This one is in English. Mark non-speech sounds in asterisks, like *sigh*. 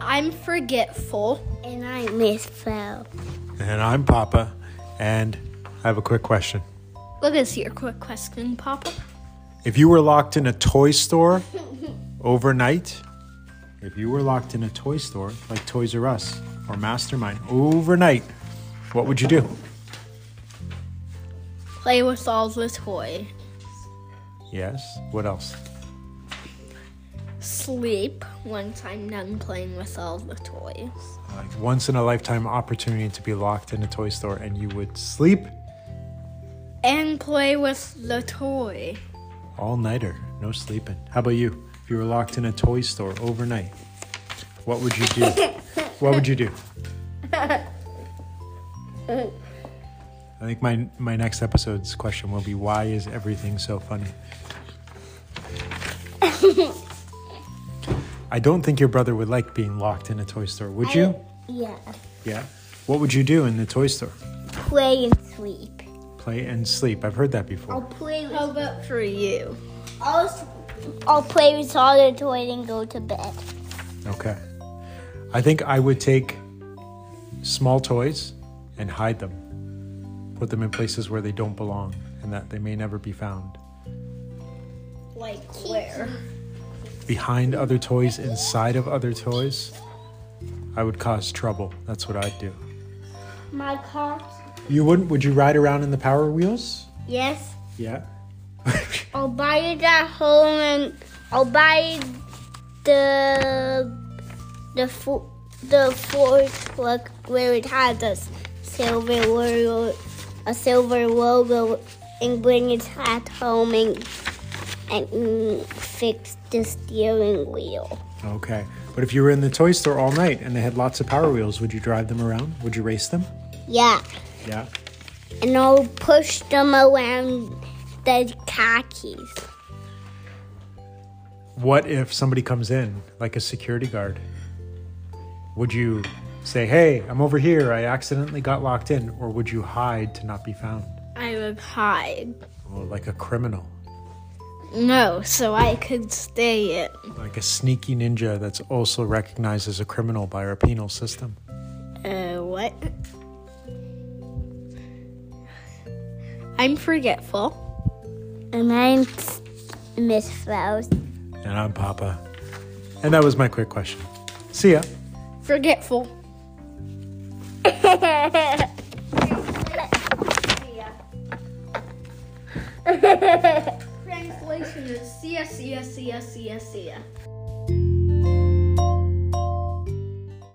I'm forgetful. And I'm Miss Phil. And I'm Papa, and I have a quick question. What is your quick question, Papa? If you were locked in a toy store overnight, if you were locked in a toy store like Toys R Us or Mastermind overnight, what would you do? Play with all the toy. Yes. What else? Sleep once I'm done playing with all the toys. Like once in a lifetime opportunity to be locked in a toy store and you would sleep And play with the toy. all nighter, no sleeping. How about you? If you were locked in a toy store overnight, what would you do? what would you do? I think my my next episode's question will be why is everything so funny? I don't think your brother would like being locked in a toy store, would you? Yeah. Yeah. What would you do in the toy store? Play and sleep. Play and sleep. I've heard that before. I'll play with How about for you? I'll, s- I'll play with all the toys and go to bed. Okay. I think I would take small toys and hide them. Put them in places where they don't belong and that they may never be found. Like where? Behind other toys, inside of other toys, I would cause trouble. That's what I'd do. My car? You wouldn't? Would you ride around in the Power Wheels? Yes. Yeah. I'll buy you that home and I'll buy the the fo- the fourth look where it has a s- silver logo, a silver logo, and bring it at home and and mm, fix the steering wheel. *laughs* okay. But if you were in the toy store all night and they had lots of Power Wheels, would you drive them around? Would you race them? Yeah, Yeah. and I'll push them around the khakis. What if somebody comes in, like a security guard? Would you say, hey, I'm over here, I accidentally got locked in? Or would you hide to not be found? I would hide. Or like a criminal, No, so I could stay it. like a sneaky ninja that's also recognized as a criminal by our penal system? Uh, what? I'm forgetful. And I'm s- Miss Faust. And I'm Papa. And that was my quick question. See ya. *laughs* Forgetful. Translation is see ya, see ya, see ya, see ya, see ya.